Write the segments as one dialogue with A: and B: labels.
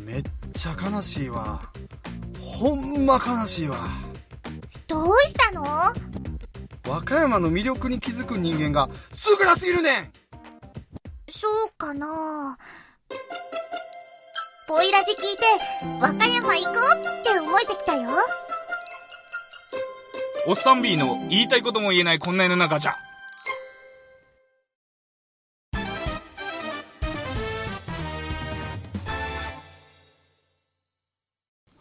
A: めっちゃ悲しいわほんま悲しいわ
B: どうしたの
A: 和歌山の魅力に気づく人間が少なすぎるねん
B: そうかなボイラジ聞いて、和歌山行こうって思えてきたよ。
C: おっさん B の言いたいことも言えないこんな世の中じゃ。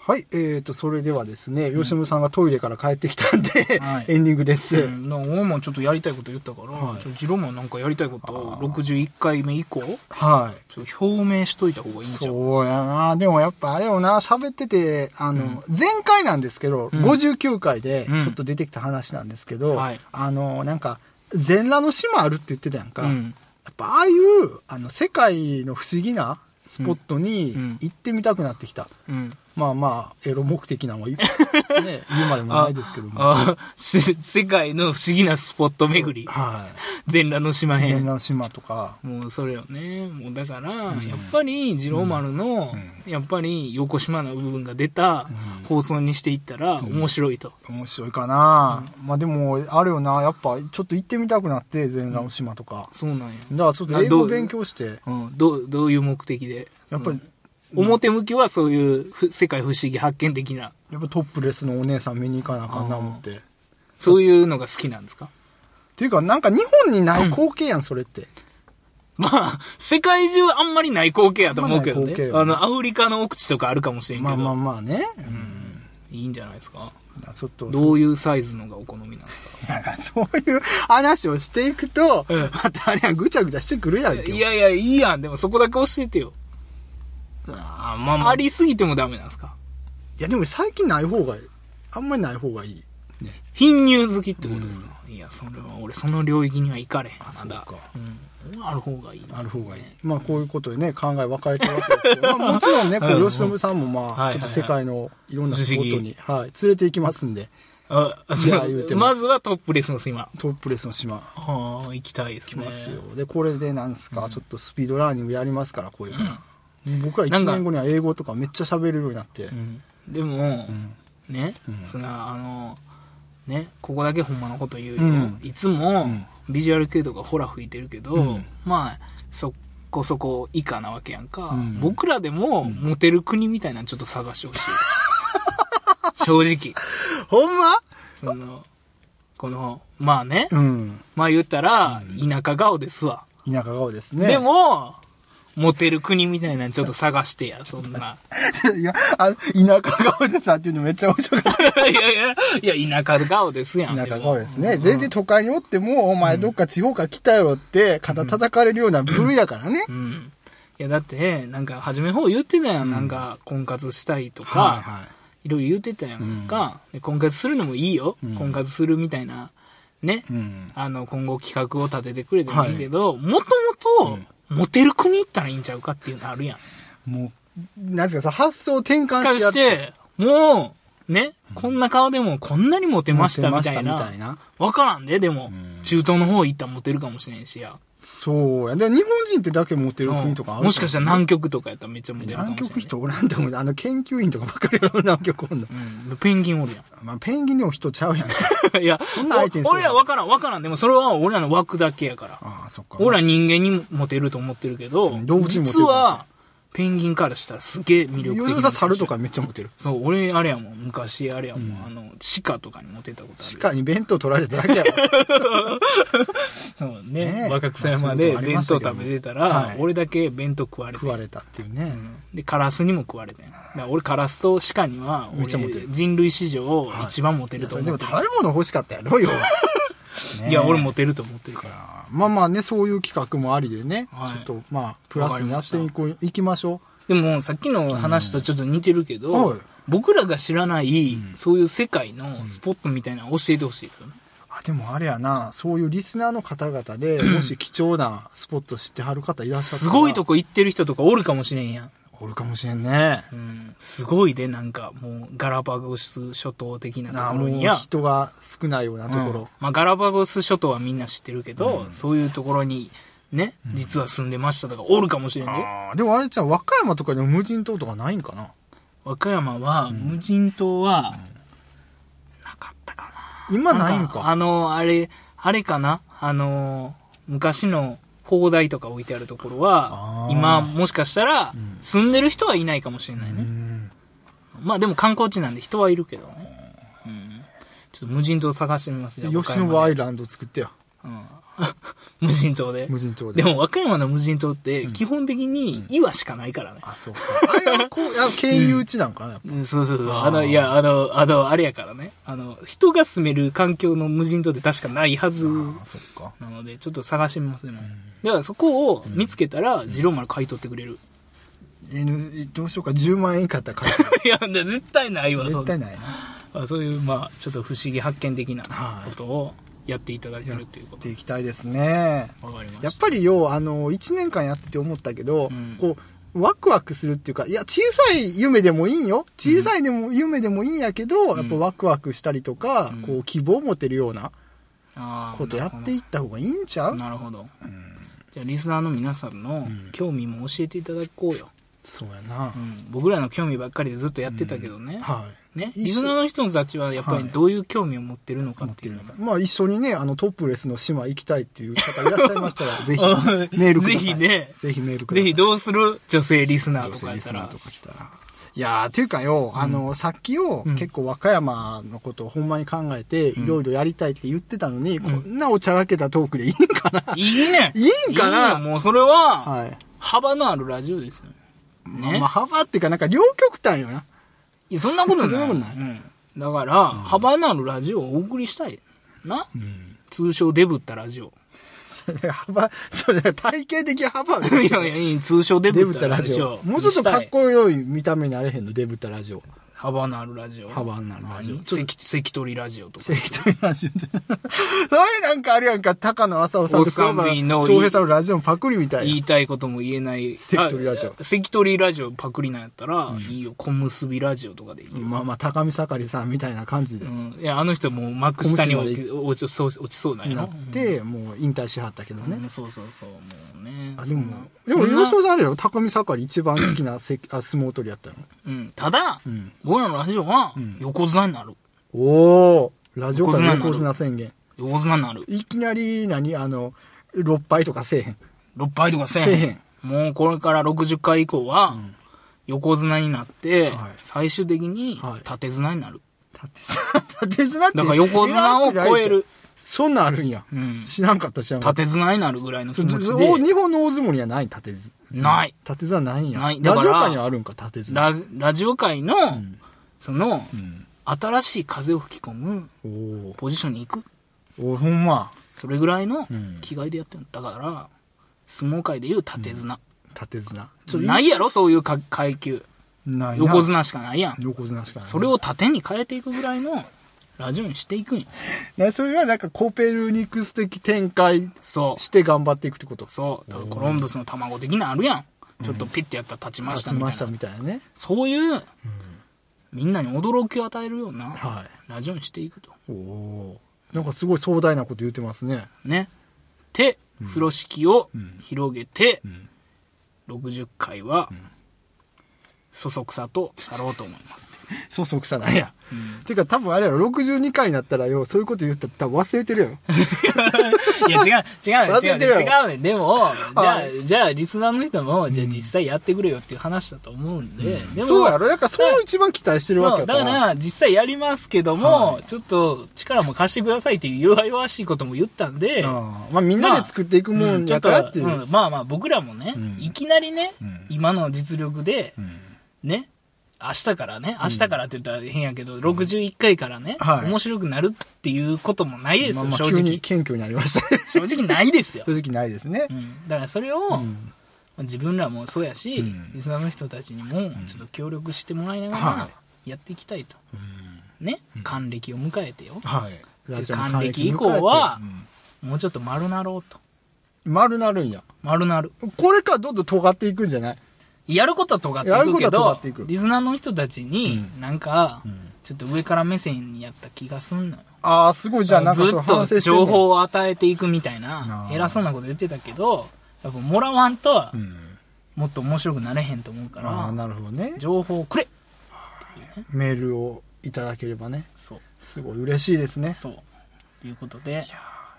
A: はい、えーと、それではですね、吉村さんがトイレから帰ってきたんで、
C: はい
A: エンディングです。
C: うん、なんか俺もちょっとやりたいこと言ったから、
A: はい
C: ちょっとジローもなんかやりたいことを
A: あー
C: 61回目以降、
A: は
C: ちょっと表明しといた方がい
A: い。
C: いんちゃう
A: そうやなでもやっぱあれよな喋ってて、あの、前回なんですけど、59回で、ち
C: うん
A: ょっと出てきた話なんですけど、
C: はい
A: あの、なんか、全裸の島あるって言ってたやんか。
C: うん
A: やっぱああいう、あの、世界の不思議なスポットに
C: うん
A: 行ってみたくなってきた。
C: うん。
A: まあまあ、エロ目的なんは言う ね、言うまでもないですけども。
C: あーし世界の不思議なスポット巡り。
A: はい。
C: 全裸の島
A: 全
C: 編。
A: 裸の島とか。
C: もうそれよね。もうだから、やっぱり、ジロー丸の、やっぱり、横島の部分が出た放送にしていったら面白いと。
A: 面白いかな、まあでも、あるよな、やっぱちょっと行ってみたくなって、全裸の島とか。
C: そうなんや。
A: だからちょっと英
C: あど
A: 語
C: う
A: 勉強して、
C: うん。どう、どういう目的で。
A: やっぱり、
C: 表向きはそういうふ世界不思議発見的な、
A: やっぱトップレスのお姉さん見に行かなあかんな思って。っ
C: そういうのが好きなんですか
A: ていうか、なんか日本にない光景やん、それって。
C: まあ、世界中あんまりない光景やと思うけど
A: あんまない
C: ね。
A: 光景
C: あ
A: よね
C: の、アフリカの奥地とかあるかもしれんけど、
A: まあまあまあね。うん
C: いいんじゃないですか。
A: ちょっと、
C: どういうサイズのがお好みなんですか
A: なんか そういう話をしていくと、
C: うん
A: またあれはぐちゃぐちゃしてくるやんけ。
C: いやいや、いいやん。でもそこだけ教えてよ。
A: あまあまあ。
C: あ
A: い
C: りすぎてもダメなんですか
A: や、でも最近ない方がいい。あんまりない方がいい。ね。
C: 貧乳好きってことですか、いや、それは俺その領域には行かれへん。まだ。
A: そうか
C: うん。ある方がいいです
A: ある方がいい。まあ、こういうことでね、考え分かれてるわけですけ ど、まあ、もちろんね、こ
C: うん
A: う、吉野さんもま
C: は
A: あ、
C: い
A: ちょっと世界のいろんな
C: はいはい
A: 仕事に、はい、連れて行きますんで、
C: あ、
A: いや
C: そ
A: 言うて
C: う。
A: も
C: まずはトップレスの島。は
A: トップレスの島、
C: あ、行きたいです
A: 来
C: ね。
A: ますよ。で、これでなんすか、ちょっとスピードラーニングやりますから、これから。僕ら
C: なん
A: 1
C: か
A: 年後には英語とかめっちゃ喋れるようになって、
C: うんでも、ね、そのあの、ね、ここだけほんまのこと言うよ。
A: うん
C: いつも、
A: ん
C: ビジュアル系とかほら吹いてるけど、
A: うん
C: まあ、そこそこ以下なわけやんか。
A: ん
C: 僕らでも、モテる国みたいなのちょっと探してほ しい。正直。
A: ほんま
C: その、この、まあね、
A: うん。
C: まあ言ったら、田舎顔ですわ。
A: 田舎顔ですね。
C: で、も、モテる国みたいなのちょっと探してや、そ んな。
A: いや、あの、田舎顔でさっていうのめっちゃ面白かった。
C: いやいや、いや、田舎顔ですやん。
A: 田舎
C: も
A: 顔ですね。全然都会におっても、お前どっか地方から来たよって、肩叩かれるような部類やからね。
C: うん。いや、だって、なんか、初めの方言ってたやん。なんか、婚活したいとか、
A: はい
C: い
A: はい。
C: ろいろ言ってたやんか、で婚活するのもいいよ。婚活するみたいな、ね。
A: うん。
C: あの、今後企画を立ててくれてもいいけど、もともと、モテる国行ったらいいんちゃうかっていうのあるやん。
A: もう、なんですか、その発想を転換
C: か
A: してやっ
C: し、
A: て
C: もう、ね、こんな顔でもこんなにモテましたみたい
A: モテましたみ
C: な
A: たいな。
C: わからんで、でも、中東の方行ったらモテるかもしれんしや。
A: そうや。で、日本人ってだけ持ってる国とかある
C: もしかした
A: ら
C: ら南極とかやったらめっちゃモテるかもし
A: 南
C: れんね。
A: 極人おらんと思う。あの、研究員とかばっかりやろ、南極おんの。
C: うん。ペンギンおるやん。
A: まあ、ペンギンでも人ちゃう やん。
C: いや
A: んな相手に、す
C: お
A: る
C: 俺ら分からん、分からん。でもそれは俺らの枠だけやから。
A: ああ、そっか。
C: 俺ら人間にモテると思ってるけど
A: ん動物、にモテる
C: 実は、ペンギンからしたらすげえ魅力的
A: 吉
C: な
A: 野さん、猿とかめっちゃ持ってる。
C: そう、俺、あれやもん。昔、あれやもん。あの、鹿とかにモテたことある。
A: 鹿に弁当取られただけやろ。
C: そうね
A: ね。え
C: 若草山
A: ま
C: で
A: あそういう
C: 弁
A: こ
C: 当
A: とありましたけど
C: 食べてた
A: は
C: ら
A: い、
C: 俺だけ弁当食われて
A: 食。われたっていうね。
C: で、カラスにも食われてん。だから俺、カラスと鹿には、
A: めっちゃモテ
C: 俺
A: る
C: 人類史上一番モテ
A: い
C: る
A: や、そ
C: と
A: れで
C: 思
A: も
C: って
A: 食
C: る
A: べ。物欲しかったや ろ、よ。
C: いや、俺
A: も
C: モテると思ってるから。
A: まあまあね、そういう企画もありでね、
C: はい
A: ちょっとまあ、プラスにやっていこう、いきましょ
C: でも、さっきの話とちょっと似てるけど、
A: うんはい
C: 僕らが知らない、そういう世界のスポットみたいなの教えてほしいですよね。
A: う。あ、でもあれやな、そういうリスナーの方々で、もし貴重なスポット知ってはる方いらっしゃった
C: す
A: ら、
C: ごいとこ行ってる人とかおるかもしれんやん。
A: おるかもしれんね。
C: うん、すごいで、なんか、もう、ガラパゴス諸島的な
A: なあ、
C: とこ
A: も
C: ろ
A: う
C: にや。
A: 人が少ないようなとこ
C: うん
A: ろ。
C: まあ、ガラパゴス諸島はみんな知ってるけど、そういうところに、ね、実は住んでましたとかおるかもしれんで、
A: あーでもあれじゃん、和歌山とかにも無人島とかないんかな
C: 和歌山は、無人島は、なかったか
A: 今
C: な。
A: ないん
C: あ
A: か。
C: の、あれ、あれかなあの、昔の砲台とか置いてあるところは
A: あ、ー
C: 今、もしかしたら、住んでる人はいないかもしれないね。
A: うん
C: まあでも観光地なんで人はいるけどね。うんちょっと無人島探してみますよ。
A: 吉野ア
C: 和歌山で
A: イランド作ってや。
C: うん 無人島で。
A: 無人島で。
C: でも和歌山の無人島って基本的に岩しかないからね。
A: あ、そうか。あれはこう、あ経由地なんかな、やっぱ
C: うんそうそうそう。あの、いや、あの、あの、あれやからね。あの、人が住める環境の無人島って確かないはず
A: あ、そっか。
C: なので、ちょっと探してみますね。だからそこを見つけたら、二郎丸買い取ってくれる。
A: N、どうしようか、10万円以下やったら 買える
C: いや、で絶対ないわ、そ
A: 絶
C: んな
A: 対ないな。
C: あそういう、まあ、ちょっと不思議発見的な
A: はい
C: ことをやっていただけるという
A: やっ
C: こと
A: て。いきたいですね。
C: わかりま
A: やっ
C: した。
A: ぱりよ、あの、1年間やってて思ったけど、
C: うん
A: こう、ワクワクするっていうか、いや、小さい夢でもいいんよ。小さいでも、夢でもいいんやけど、
C: ん
A: やっぱワクワクしたりとか、
C: うん
A: こう、希望を持てるような
C: あー
A: ことやっていった方がいいんちゃう
C: なるほど。じゃあ、リスナーの皆さんの興味も教えていただこうよ。
A: そうやな
C: う。ん、僕らの興味ばっかりでずっとやってたけどね。
A: はい。
C: ね、
A: 一緒
C: リスナーの人たちはやっぱ
A: は
C: り
A: い
C: どういう興味を持ってるのか
A: 持っ
C: っててい
A: る
C: う
A: の
C: のが
A: か。まあ、一緒にね、あの、トップレスの島行きたいっていう方いらっしゃいました ら、ぜひ、メールください。
C: ぜひね
A: ぜひメールくだ
C: ぜ
A: さい。
C: ひどうする女性リスナー
A: 女
C: と
A: 性
C: かやっ
A: リ
C: た
A: スナー
C: ら
A: と。か来たら。いやー、ていうかよ、あの、さっきよ、
C: うん
A: 結構和歌山のことをほんまに考えて、
C: ん
A: いろいろやりたいって言ってたのに、こんなおちゃらけたトークでいいんかな
C: いいね
A: いいんかない
C: よもうそれは、
A: はい。
C: 幅のあるラジオですよ。
A: まあ
C: ね
A: まあ、。幅っていうか、なんか両極端よな。
C: いや、そんなことない。
A: そんなことない
C: うんだから、幅のあるラジオをお送りしたい。な、通称デブったラジオ。
A: それ幅、それ体型的幅ある。
C: いやいや、通称デ
A: デブ
C: ブった
A: タ
C: ラ
A: ラジ
C: ジ
A: オ
C: オ。。
A: もうちょっとかっこよい見た目になれへんの、デブタラジオ。
C: 幅のあるラジオ。
A: 幅のあるラジオ
C: 何関関取ラジオとか。
A: 適当にラジオって。 それなんかあるやんか、高野浅尾さんと
C: おっさん B の
A: 翔平さんのラジオのパクリみた
C: 言
A: い
C: いたいことも言えない。
A: 関取ラジオ
C: あ関取ラジオパクリなんやったら、いいよ。小結びラジオとかでいいよ
A: な。。まあまあ、高見盛りさんみたいな感じで。
C: うん。いや、あの人もう幕下に落ち落ちそう落ちそうなんや
A: な
C: な。
A: って、もう引退しはったけど
C: う
A: ね
C: ん。そうそうそう、もうね。
A: あでも、で
C: そん
A: も、
C: な
A: 広島さんあれよ、高見盛り一番好きなせあ相撲取りやったの。
C: うん。ただ、
A: ん
C: 僕らのラジオは、横綱になる。
A: おおラジオから
C: 横
A: 横綱
C: 綱
A: 宣言。
C: 横綱になる。
A: いきなり何、あの、6杯とかせえへん。
C: 6杯とかせえ
A: せえ
C: へ
A: へ
C: ん
A: ん。
C: もうこれから60回以降は、横綱になって、
A: はい
C: 最終的に
A: はい
C: 縦綱になる。
A: 縦綱、縦綱って。
C: だから横綱を超える。
A: そんなんあるんや。
C: うん
A: 知らんかった、知らんかった。
C: 縦綱になるぐらいの気
A: そう
C: 持ち
A: お
C: で、
A: 日本の大相撲にはない縦綱。
C: ない。
A: 縦綱ないんや。
C: ないだ
A: ラ
C: か
A: ジ
C: ら
A: オ界にはあるんか、縦綱。
C: ララジオ界の、その、
A: ん
C: 新しい風を吹き込む
A: おー
C: ポジションに行く。
A: おーほんま。
C: それぐらいの
A: ん
C: 気概でやってるだから、相撲界でいう縦綱。
A: 縦綱。
C: ないやろそういうか階級。
A: ないな
C: 横。綱しかないやん。
A: 横綱しかない。
C: それを縦に変えていくぐらいのラジオにしていくんや。
A: ね、それはなんかコペルニクス的展開
C: そう。
A: して頑張っていくってこと。
C: そう。だからコロンブスの卵的なあるやん。ちょっとピッてやったら立ちま
A: 立
C: した
A: ち
C: みた
A: ま
C: い
A: した
C: な。
A: みたいなね。
C: そういう、みんなに驚きを与えるような
A: は
C: ラジオにしていくと。
A: い。おおー。なんかすごい壮大なこと言ってますね。
C: ね。で、風呂敷を広げて、60回は、そそくさと去ろうと思います。
A: そうそうくさなんや。てか多分あれやろ、62回になったらよ、そういうこと言ったら多分忘れてるよ。
C: いや、違う、違う、
A: 忘
C: 違
A: れ
C: う、
A: てるやろ
C: 違うね。でも、じゃ
A: は
C: あ、じゃあ、リスナーの人も、じゃあ実際やってくれよっていう話だと思うんで、でも、
A: そうやろだからそれを一番期待してるわけ
C: そう
A: や
C: だ
A: から。
C: から、実際やりますけども、ちょっと力も貸してくださいっていう弱々しいことも言ったんで、
A: ああまあみんなで作っていくも
C: うんんちょ
A: や
C: っ
A: か
C: と
A: らっていう。
C: うんまあまあ僕らもね、
A: ん
C: いきなりね、
A: ん
C: 今の実力で、
A: ん
C: ね、明日からね、明日からって言ったら変やけど、61回からね、
A: はい
C: 面白くなるっていうこともないですよ、
A: まあまあ
C: 正
A: 急に
C: 直。
A: 謙虚になりましたね。
C: 正直ないですよ。
A: 正直ないですね
C: う。ん、だからそれを、自分らもそうやし、
A: ん
C: リスナーの人たちにもちょっと協力してもらいなが
A: は
C: らやっていきたいと、ね還暦を迎えてよ、
A: はい。
C: で
A: ラジオの
C: 還
A: 還
C: 暦
A: 迎
C: 以
A: えて
C: 降は
A: う、
C: もうちょっと丸なろうと
A: ん丸なるんや。
C: 丸なる
A: これからどんどん尖っていくんじゃない
C: やることは尖って
A: や
C: い
A: る
C: く
A: こ
C: け
A: とは尖
C: ど
A: っていく
C: リスナーの人たちになんか、
A: ん
C: ちょっと上から目線にやった気がすんのよ
A: ああ、すごい。じゃあ、なんか
C: ず
A: そう
C: っと
A: 反省してんね
C: 情報を与えていくみたいな
A: あー
C: 偉そうなこと言ってたけどやっぱもらわんと、
A: うん。
C: もっと面白くなれへんと思うか
A: ああ、
C: ら、
A: なるほどね。
C: 情報をくれ
A: メールをいただければね。
C: そう。
A: すごい嬉しいですね。
C: そう。ということで、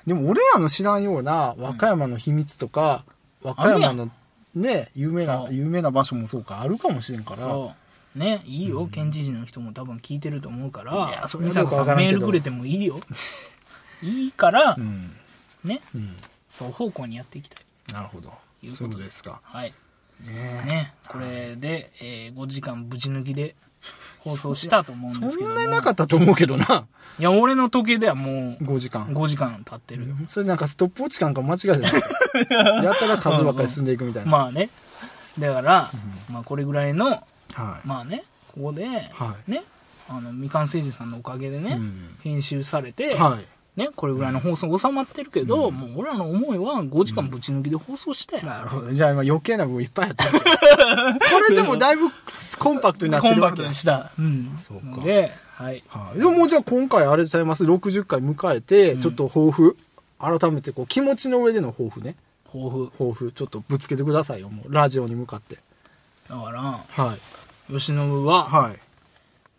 A: でも俺らの知らんような和歌山の秘密とか、和歌山のね、有名な
C: そ、う
A: 有名な場所もそうか、あるかもしれんから。
C: そう。ね、いいよ、県知事の人も多分聞いてると思うから、
A: いやそれ
C: 美
A: はどう
C: 坂
A: か
C: さ
A: わか
C: ん
A: らん
C: メ
A: けど
C: ールくれてもいいよ。 いいから
A: う、ん。
C: ね、
A: うん。
C: そう方向にやっていきたい。
A: なるほど。
C: いう
A: そ
C: こ
A: ういうこ
C: と
A: と
C: で
A: ですか。
C: はい。
A: ね
C: ね、これで、えー5時間ぶち抜 きで放送したと思うん
A: そ
C: ですけども
A: んなになかったと思うけど な。
C: いや、俺の時計ではもう
A: 5時間。
C: 5時間経ってるよ。
A: それなんかストップウォッチ感か間違いじゃない やたら数ばっかり進んでいくみたいな。
C: まあね。だから、まあこれぐらいの、
A: はい。
C: まあね、ここで、
A: はい
C: ね、あの、みかんせいじさんのおかげでね、
A: うん
C: 編集されて、
A: はい。
C: ね、これぐらいの放送収まってるけど、もう俺らの思いは5時間ぶち抜きで放送したよ。
A: なるほど。じゃあ今余計な部分いっぱいやった。 これでもだいぶコンパクトになって
C: コン
A: る
C: パ
A: わけ
C: クト
A: や
C: にした。うん。
A: そうか
C: ので、はい。
A: はい。でももうじゃあ今回あれちゃいます。60回迎えて、ちょっと抱負、改めてこう気持ちの上での抱負ね。
C: 抱負。
A: 抱負、ちょっとぶつけてくださいよ。もうラジオに向かって。
C: だから、
A: はい。
C: 吉野部は、
A: はい。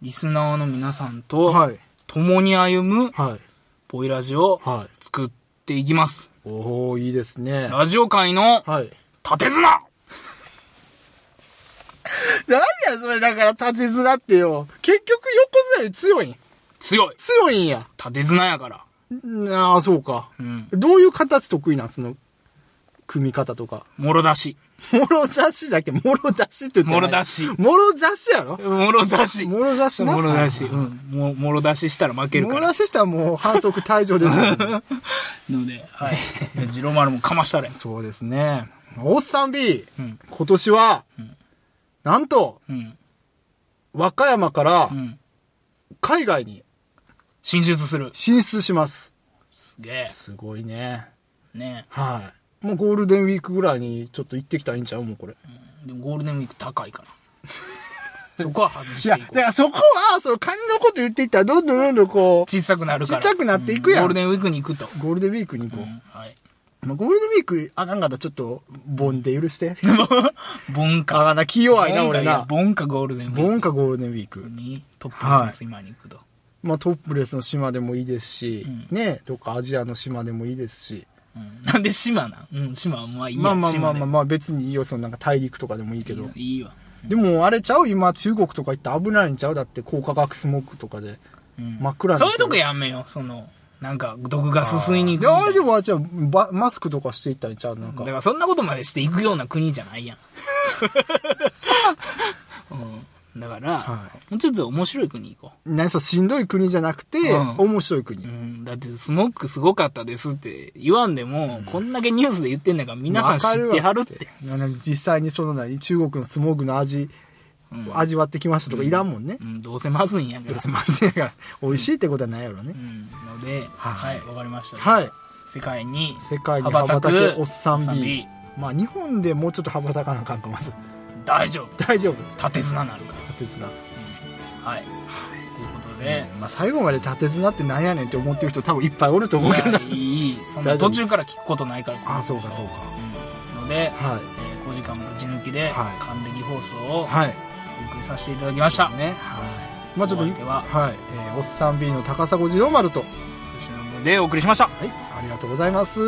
C: リスナーの皆さんと、
A: はい。
C: 共に歩む、
A: はい。
C: ボイラジを
A: はい。
C: 作っていきます。
A: おー、いいですね。
C: ラジオ界の
A: はい。
C: 縦綱
A: なんやそれ、だから縦面ってよ。結局横綱より強いん。
C: 強い
A: 強いんや。
C: 縦綱やから。
A: ああ、そうか。
C: うん。
A: どういう形得意なんその、組み方とか。
C: もろ出し。
A: もろ差しだっけもろ出しって言ってない
C: もろ出し
A: もろ差しやろ
C: もろ出し。
A: もろ出しな
C: もろ出し。うん。も、もろ出ししたら負ける
A: も
C: か
A: ろ
C: ら。
A: 出ししたらもう反則退場ですよね、
C: ので、はい。じゃあ ジローマルもかました れ。
A: そうですね。おっさん B、
C: うん
A: 今年は、なんと、
C: うん。
A: 和歌山から
C: うん。
A: 海外に
C: 進出する。
A: 進出します。
C: すげ
A: すごいね。
C: え。ね
A: はい。もうゴールデンウィークぐらいにちょっと行ってきたらいいんちゃうもうこれ。
C: え。でもゴールデンウィーク高いから。そ こは外
A: い
C: し
A: や、
C: てい
A: だ
C: こ
A: か
C: う。
A: らそこは、その金のこと言っていったらどんどんどんどんこう、
C: 小さくなるから。
A: ちっちゃくなっていくやん
C: うゴールデンウィークに行くと。
A: ゴールデンウィークに行こう。
C: うんはい。
A: まあ、ゴールデンウィーク、あかんかったらちょっと、ボンで許して。
C: 文
A: あ
C: 化。
A: かんな、気弱いな、俺な。
C: 文化ゴールデンウィーク
A: ボ。ンかゴールデンウィーク。
C: にトップレスの今に行くと、
A: まあ、トップレスの島でもいいですし、
C: ん
A: ね、どっかアジアの島でもいいですし。
C: うんなんで島なんうん島はまあいいや
A: まあまあまあ
C: 島で
A: まあまあ、別にいいよ、そのなんか大陸とかでもいいけど。
C: いいわ
A: でも、あれちゃう今、中国とか行ったら危ないんちゃうだって、高化学スモークとかで。
C: うん
A: 真っ暗な
C: そういうとこやめようそのなんか毒ガス吸いに行く
A: で、
C: みたいな
A: あれでも、あじゃあばマスクとかしていったらいいんちゃうなん
C: だ
A: か
C: か。らそんなことまでしていくような国じ ゃないやん、うん、だから、
A: は
C: もうちょっと面白い国行こ
A: 何そう、しんどい国じゃなくて、
C: うん
A: 面白い国。
C: う、うん、だってスモックすごかったですって言わんでも、こんだけニュースで言ってんだから皆さん知ってはるって
A: わかるわって。実際にその何、中国のスモーグの味、
C: ん
A: 味わってきましたとかいらんもんね。
C: うん、どうせまずいんやか
A: どう
C: ら
A: せまずいやから、美味しいってことはないやろね
C: う。ん、のでは
A: はいい
C: わ、かりました
A: はい。
C: 世界に
A: 世界に羽ばたけおっさん B
C: ビ。
A: まあ、日本でもうちょっと羽ばたかなあかんか、まず。
C: 大丈夫
A: 大丈夫。
C: 縦綱なるか
A: 縦綱。
C: らはいということで、
A: まあ、最後まで縦綱ってなんやねんって思ってる人多分いっぱいおると思うけど
C: いや
A: な。
C: いいそんな
A: 大丈夫
C: 途中から聞くことないから
A: ああ、そうか、そうか。
C: ので、
A: は
C: えー、5時間ぶち抜き
A: は
C: で
A: い
C: 還暦放送を
A: い。はい。
C: お送りさせていただきました、
A: ね。はい。まあ、ちょっと、
C: お相手は
A: はい。えーおっさん B の高砂次郎丸と。
C: 吉野部でお送りしました
A: はい、ありがとうございます。